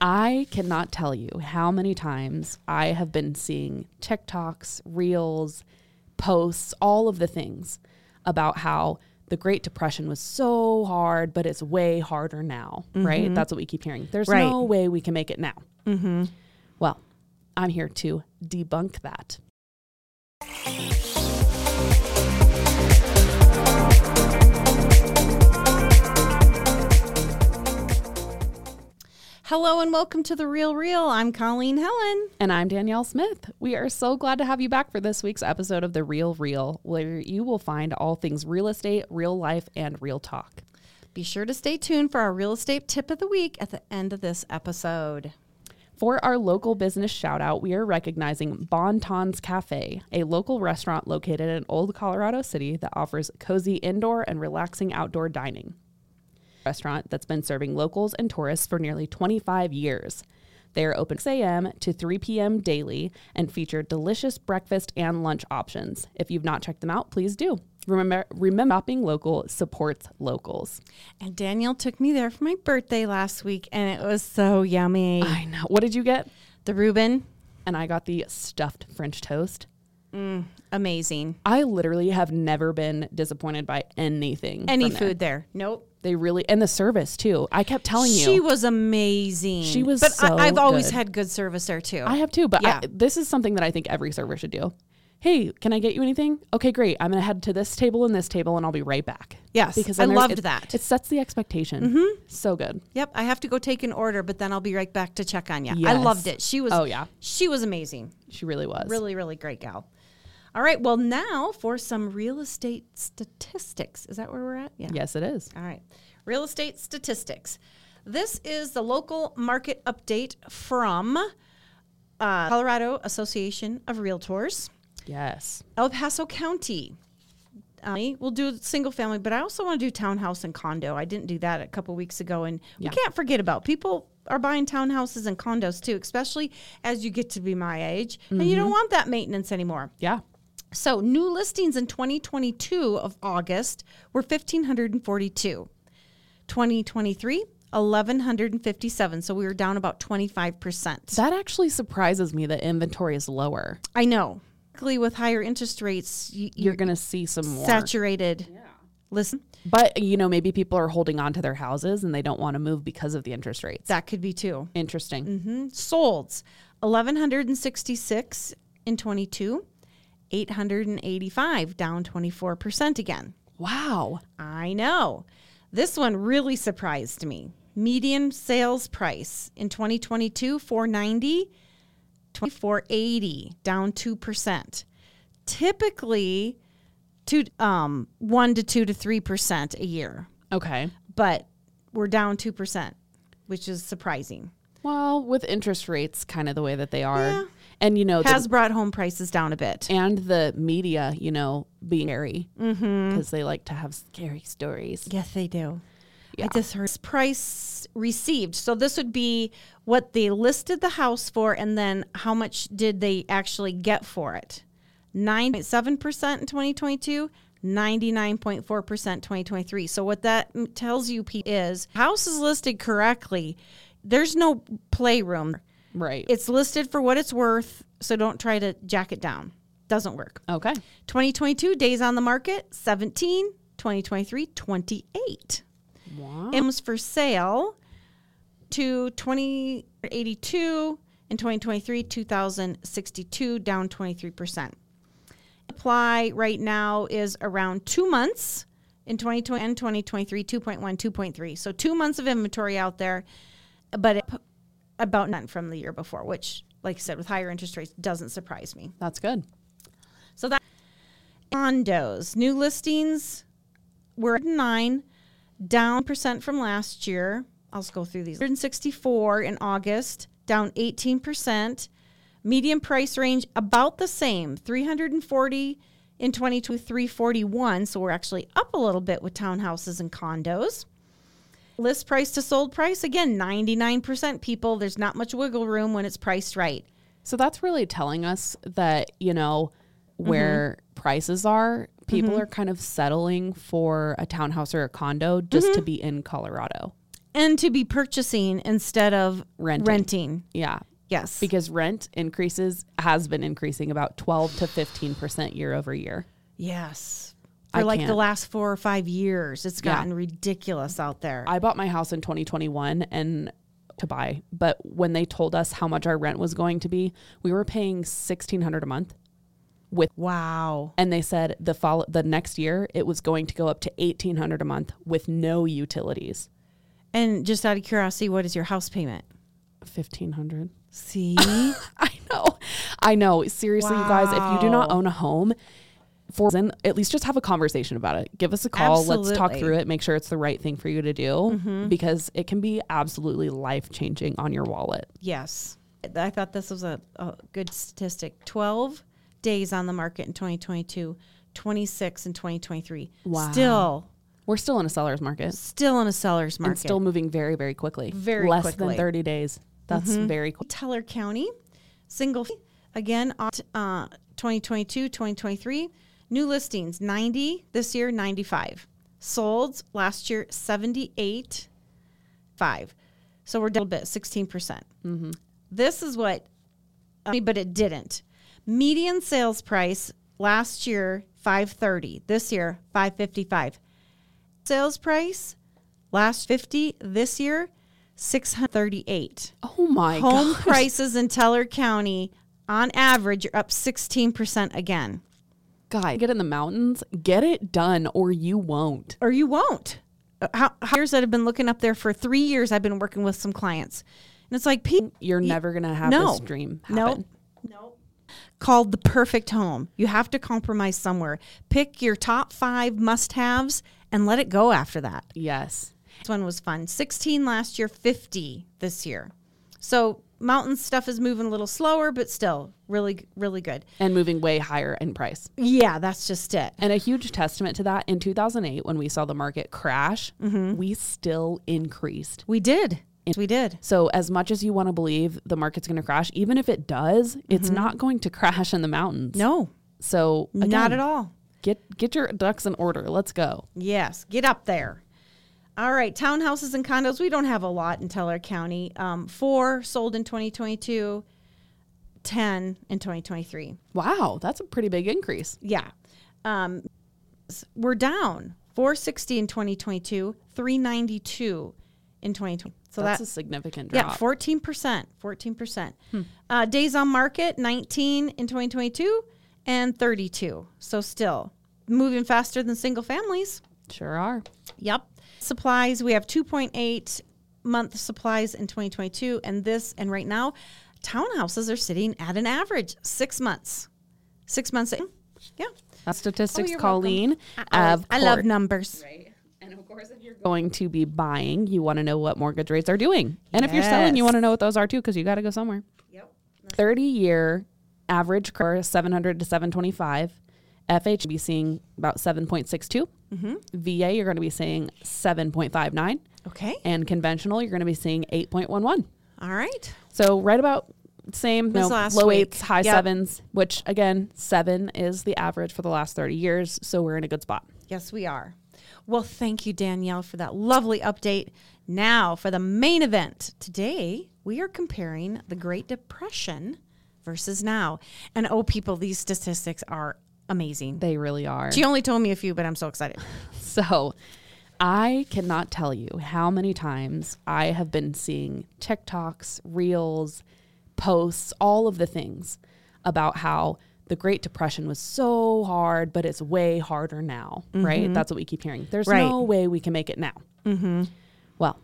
I cannot tell you how many times I have been seeing TikToks, reels, posts, all of the things about how the Great Depression was so hard, but it's way harder now, right? That's what we keep hearing. There's Right. no way we can make it now. Well, I'm here to debunk that. Hello and welcome to The Real Real. I'm Colleen Helen. And I'm Danielle Smith. We are so glad to have you back for this week's episode of The Real Real, where you will find all things real estate, real life, and real talk. Be sure to stay tuned for our real estate tip of the week at the end of this episode. For our local business shout out, we are recognizing Bon Tons Cafe, a local restaurant located in Old Colorado City that offers cozy indoor and relaxing outdoor dining. Restaurant that's been serving locals and tourists for nearly 25 years. They are open 6 a.m. to 3 p.m. daily and feature delicious breakfast and lunch options. If you've not checked them out, please do. Remember, remember, shopping local supports locals. And Danielle took me there for my birthday last week and it was so yummy. I know. What did you get? The Reuben, And I got the stuffed French toast. amazing. I literally have never been disappointed by anything. Any from there. food there. Nope. They really and the service too. I kept telling She Oh, you. was amazing. She was But so I, I've always good. had good service there too. I have too, but Yeah. I, this is something that I think every server should do. Hey, can I get you anything? Okay, great. I'm gonna head to this table and this table, and I'll be right back. Yes, then I there's- loved it- that. It sets the expectation. Mm-hmm. So good. Yep, I have to go take an order, but then I'll be right back to check on you. I Yes. loved it. She was Oh, yeah. She was amazing. She really was. Really, really great gal. All right, well now for some real estate statistics. Is that where we're at? Yeah. Yes, it is. All right. Real estate statistics. This is the local market update from uh, Colorado Association of Realtors. Yes. El Paso County. Um, we'll do single family, but I also want to do townhouse and condo. I didn't do that a couple weeks ago, and Yeah. we can't forget about people are buying townhouses and condos too, especially as you get to be my age, and Mm-hmm. you don't want that maintenance anymore. Yeah. So, new listings in 2022 of August were 1,542. 2023, 1,157. So, we were down about 25%. That actually surprises me that inventory is lower. I know. Typically, with higher interest rates, you, you You're gonna see some more. saturated. Listen, But you know, maybe people are holding on to their houses and they don't want to move because of the interest rates. that could be too. Interesting. hmm Solds, 1,166 in 22, 885, down 24% again. Wow. I know. This one really surprised me. Median sales price in 2022, 490, 2480, down 2%. Typically, two, um, 1 to 2 to 3% a year. Okay. but we're down 2%, which is surprising. Well, with interest rates kind of the way that they are. Yeah. And you know, the, Has brought home prices down a bit. and the media, you know, being scary because they like to have scary stories. Yes, they do. I just heard price received. So this would be what they listed the house for and then how much did they actually get for it? 9.7% in 2022, 99.4% in 2023. So what that m- tells you pe- is house is listed correctly. There's no playroom. Right. It's listed for what it's worth, so don't try to jack it down. Doesn't work. okay. 2022 days on the market 17, 2023 28. Wow. It was for sale to 2082 in 2023 2062 down 23%. Apply right now is around 2 months in 2020 and 2023 2.1 2.3. So 2 months of inventory out there but it, about none from the year before which like I said with higher interest rates doesn't surprise me. That's good. So that condos, new listings were at nine, down percent from last year. I'll just go through these. 164 in August, down 18 percent. Median price range about the same, 340 in 22, 341. So we're actually up a little bit with townhouses and condos. List price to sold price again, 99% people. There's not much wiggle room when it's priced right. So that's really telling us that, you know, where prices are, people are kind of settling for a townhouse or a condo just to be in Colorado. and to be purchasing instead of Renting. renting. Yeah. Yes. Because rent increases has been increasing about 12 to 15% year over year. yes. For I like the can't. last four or five years, it's Yeah. gotten ridiculous out there. I bought my house in 2021 and to buy, but when they told us how much our rent was going to be, we were paying 1600 a month with wow. and they said the follow, the next year it was going to go up to 1800 a month with no utilities. And just out of curiosity, what is your house payment? 1500. See? I know. I know. Seriously, you guys, if you do not Wow. own a home, for then at least just have a conversation about it. Give us a call. Let's talk Absolutely. Mm-hmm. through it. Make sure it's the right thing for you to do because it can be absolutely life changing on your wallet. yes. I thought this was a, a good statistic. 12 days on the market in 2022, 26 in 2023. Wow. Still, We're still in a seller's market, still in a seller's market. and still moving very, very quickly. Very less quickly. Mm-hmm. than thirty days. That's very quick. Teller County, single fee. again, opt- uh, 2022, 2023. New listings 90 this year, 95. Solds last year, 78, 5. So we're down a little bit, 16%. percent This is what, uh, but it didn't. Median sales price last year, 530. This year, 555. Sales price last 50. This year, 638 Oh my home god! prices in Teller County, on average, are up 16% again. Guy, get in the mountains. Get it done, or you won't. Or you won't. Uh, How, how years that have been looking up there for three years, I've been working with some clients. And it's like, Pete, You're never gonna have no. this dream happen. no, no. Called the perfect home. You have to compromise somewhere. Pick your top five must haves and let it go after that. Yes. This one was fun. 16 last year, 50 this year. So mountain stuff is moving a little slower, but still really, really good. And moving way higher in price. Yeah, that's just it. And a huge testament to that in 2008, when we saw the market crash, Mm-hmm. we still increased. We did. We did. So, as much as you want to believe the market's going to crash, even if it does, it's Mm-hmm. not going to crash in the mountains. No, So, again, not at all. Get, get your ducks in order. Let's go. Yes, get up there. All right, townhouses and condos. We don't have a lot in Teller County. Um, four sold in 2022, 10 in 2023. Wow, that's a pretty big increase. Yeah. Um, s- we're down 460 in 2022, 392 in 2020. So that's that, a significant drop. yeah, 14%. 14%. Uh, days on market, 19 in 2022 and 32. So still moving faster than single families. sure are. Yep. Supplies, we have 2.8 month supplies in 2022. And this, and right now, townhouses are sitting at an average six months. Six months. Yeah. That's statistics, Oh, you're welcome. Colleen. Hmm. I, of I love course. numbers. And of course, if you're going to be buying, you want to know what mortgage rates are doing. And if you're selling, you Yes. want to know what those are too, because you got to go somewhere. Yep. 30 year average car 700 to 725 fh be seeing about 7.62 va you're going to be seeing 7.59 Mm-hmm. Okay. and conventional you're going to be seeing 8.11 All right. so right about same This no, last low week. eights high Yep. sevens which again seven is the average for the last 30 years so we're in a good spot Yes, we are. Well, thank you, Danielle, for that lovely update. Now, for the main event. Today, we are comparing the Great Depression versus now. And oh, people, these statistics are amazing. they really are She only told me a few, but I'm so excited. So I cannot tell you how many times I have been seeing TikToks, reels, posts, all of the things about how the Great Depression was so hard, but it's way harder now, right? That's what we keep hearing. There's Mm-hmm. Right. Mm-hmm. no way we can make it now. Well,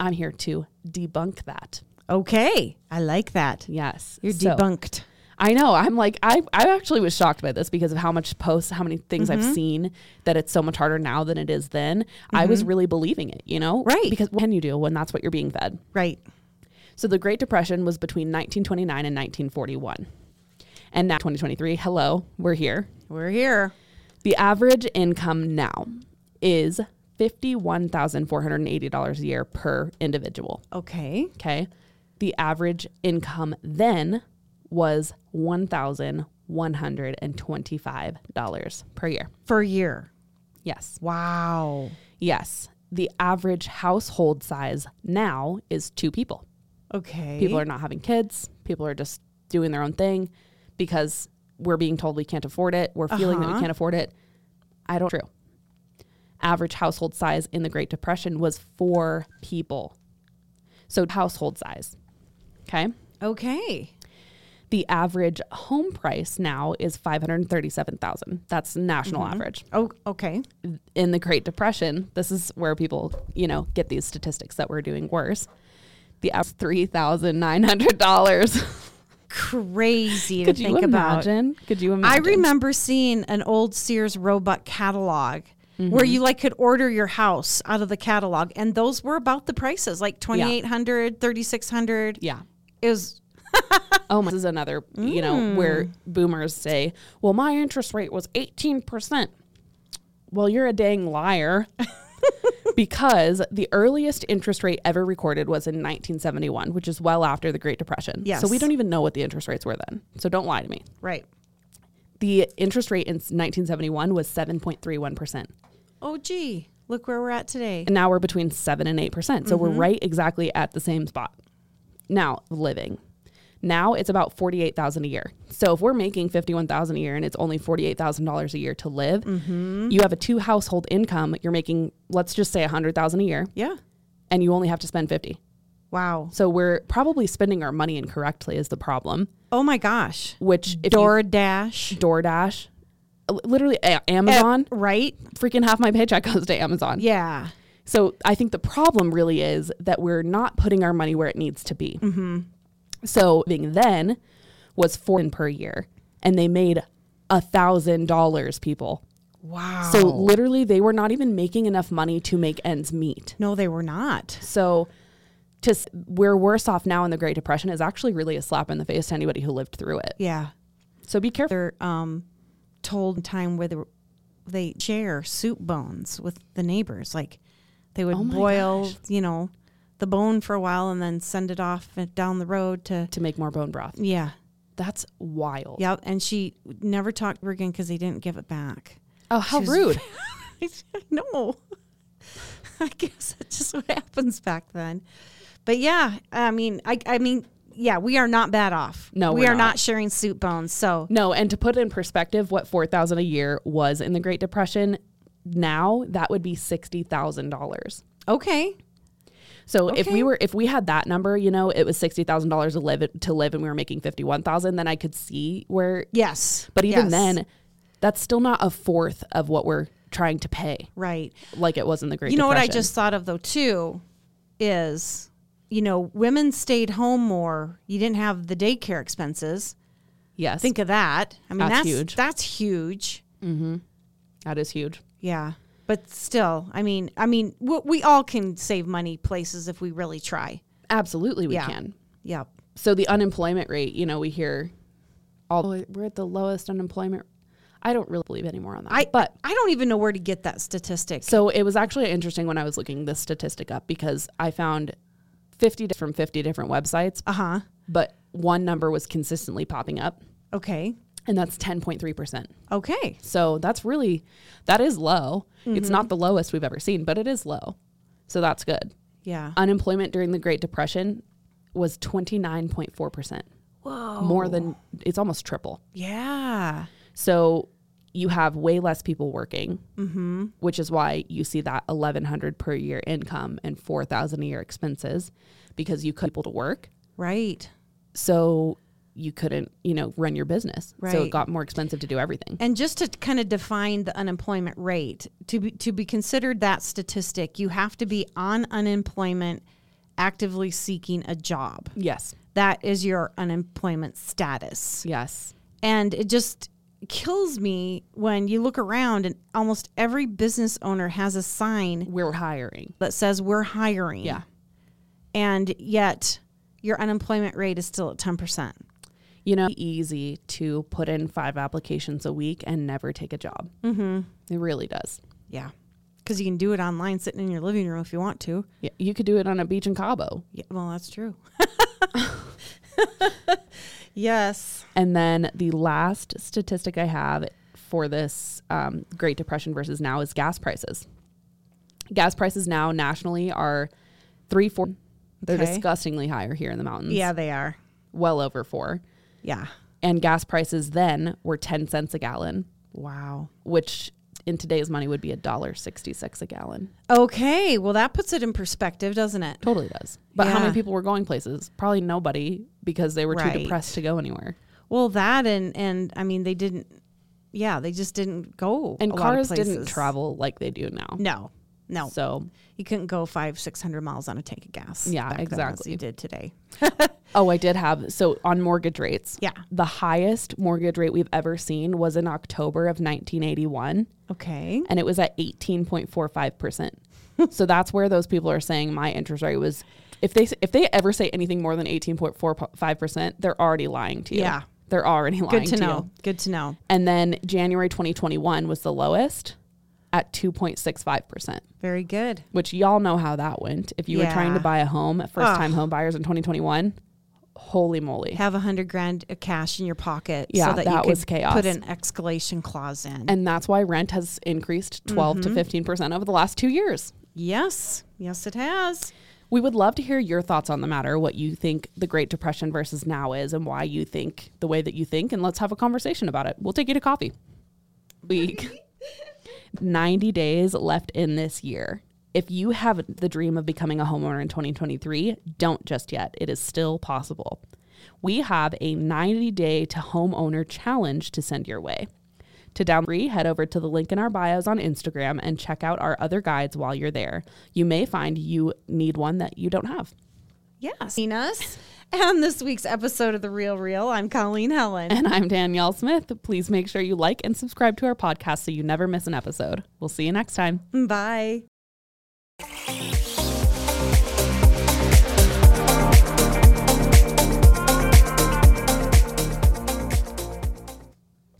I'm here to debunk that. Okay. I like that. Yes. You're So- debunked. I know. I'm like, I, I actually was shocked by this because of how much posts, how many things Mm-hmm. I've seen that it's so much harder now than it is then. I was really believing it, you know? Mm-hmm. Right. Because what can you do when that's what you're being fed? Right. So the Great Depression was between 1929 and 1941. And now 2023, hello, we're here. We're here. The average income now is $51,480 a year per individual. Okay. Okay. The average income then was $1,125 per year. For a year. Yes. Wow. Yes. the average household size now is two people. Okay. People are not having kids. People are just doing their own thing because we're being told we can't afford it. We're feeling that we Uh-huh. can't afford it. I don't. True. Average household size in the Great Depression was four people. So household size. Okay. okay. The average home price now is five hundred thirty-seven thousand. That's national average. Oh, okay. In the Great Depression, this is where people, you know, get these statistics that we're doing worse. The average three thousand nine hundred dollars. Crazy Could to you think about. imagine? Could you I imagine? remember seeing an old Sears robot catalog Mm-hmm. where you like could order your house out of the catalog and those were about the prices like 2800 3600 Yeah. it was Oh my. This is another, you know, where boomers say, well, my interest rate was 18%. Well, you're a dang liar because the earliest interest rate ever recorded was in 1971, which is well after the Great Depression. Yes. So we don't even know what the interest rates were then. So don't lie to me. right The interest rate in 1971 was 7.31%. oh gee look where we're at today And now we're between 7 and 8%. So we're right exactly at the same spot. Now, living. Now it's about 48,000 a year. So if we're making 51,000 a year and it's only $48,000 a year to live, you have a two household income, you're making let's just say 100,000 a year yeah and you only have to spend 50. wow So we're probably spending our money incorrectly is the problem, oh my gosh which if you- DoorDash DoorDash li- literally A- Amazon, right freaking half my paycheck goes to Amazon. yeah So I think the problem really is that we're not putting our money where it needs to be. So being then was four in per year, and they made a thousand dollars. People, wow so literally they were not even making enough money to make ends meet. no they were not So to s- we're worse off now in the Great Depression is actually really a slap in the face to anybody who lived through it. yeah So be careful. they're um told time where they share soup bones with the neighbors like they would Oh my boil you know the bone for a while and then send it off down the road to To make more bone broth. yeah That's wild. yep and she never talked to her again because they didn't give it back Oh, how She was- rude. no i guess that's just what happens back then but yeah i mean i, I mean yeah we are not bad off No, we we're are not. not sharing soup bones so No, and to put in perspective what 4000 a year was in the Great Depression, now that would be $60,000. okay So if we Okay. were if we had that number, you know, it was $60,000 to live to live and we were making 51,000, then I could see where yes but even Yes. then that's still not a fourth of what we're trying to pay right like it was in the Great you know what I Depression. just thought of though too is you know women stayed home more. You didn't have the daycare expenses. Yes. Think of that. I mean That's that's that's huge. huge. that is huge. Yeah. But still, I mean, I mean, we, we all can save money places if we really try. Absolutely we Yeah. can. Yep. so the unemployment rate, you know, we hear all oh, we're at the lowest unemployment. I don't really believe anymore on that. I but I don't even know where to get that statistic. so it was actually interesting when I was looking this statistic up because I found 50 di- from 50 different websites, Uh huh. but one number was consistently popping up, Okay. and that's 10.3%. Okay. So that's really that is low. It's not the lowest we've ever seen, but it is low. So that's good. Yeah. Unemployment during the Great Depression was 29.4%. Whoa. More than it's almost triple. Yeah. So you have way less people working, which is why you see that eleven hundred per year income and four thousand a year expenses, because you could people to work. Right. So you couldn't, you know, run your business. So it Right. got more expensive to do everything. And just to kind of define the unemployment rate, to be, to be considered that statistic, you have to be on unemployment, actively seeking a job. Yes. That is your unemployment status. Yes. And it just kills me when you look around and almost every business owner has a sign We're hiring. that says we're hiring. Yeah. And yet your unemployment rate is still at 10%. You know, easy to put in five applications a week and never take a job. Mm-hmm. It really does. Yeah. Because you can do it online sitting in your living room if you want to. Yeah, you could do it on a beach in Cabo. Yeah, well, that's true. yes. And then the last statistic I have for this um, Great Depression versus now is gas prices. Gas prices now nationally are three, four. They're Okay. disgustingly higher here in the mountains. Yeah, they are. Well over four. Yeah. And gas prices then were 10 cents a gallon, Wow. which in today's money would be $1.66 a gallon. Okay. Well, that puts it in perspective, doesn't it? Totally does. But how many Yeah. people were going places? Probably nobody because they were too Right. depressed to go anywhere. Well, that and and I mean they didn't. Yeah, they just didn't go. And a lot of cars didn't places. travel like they do now. No, no. So, you couldn't go five, six hundred miles on a tank of gas. Yeah, back then as exactly. you did today. oh, I did have. So, on mortgage rates, Yeah. the highest mortgage rate we've ever seen was in October of 1981, Okay. and it was at 18.45%. so, that's where those people are saying my interest rate was. If they if they ever say anything more than 18.45%, they're already lying to you. Yeah. They're already lying Good to you. know. Good to know. And then January 2021 was the lowest at 2.65%, Very good. which y'all know how that went. If you were trying to Yeah. buy a home, first time home buyers in 2021, holy moly. Have a hundred grand of cash in your pocket. Yeah, so that, you that could was chaos. Put an escalation clause in. And that's why rent has increased 12 to 15% over the last two years. yes, yes, it has. We would love to hear your thoughts on the matter, what you think the Great Depression versus now is, and why you think the way that you think, and let's have a conversation about it. We'll take you to coffee. Week 90 days left in this year. If you have the dream of becoming a homeowner in 2023, don't just yet. It is still possible. We have a 90 day to homeowner challenge to send your way. To download free, head over to the link in our bios on Instagram and check out our other guides while you're there. You may find you need one that you don't have. Yes, seen us. And this week's episode of the Real Real, I'm Colleen Helen. And I'm Danielle Smith. Please make sure you like and subscribe to our podcast so you never miss an episode. We'll see you next time. Bye.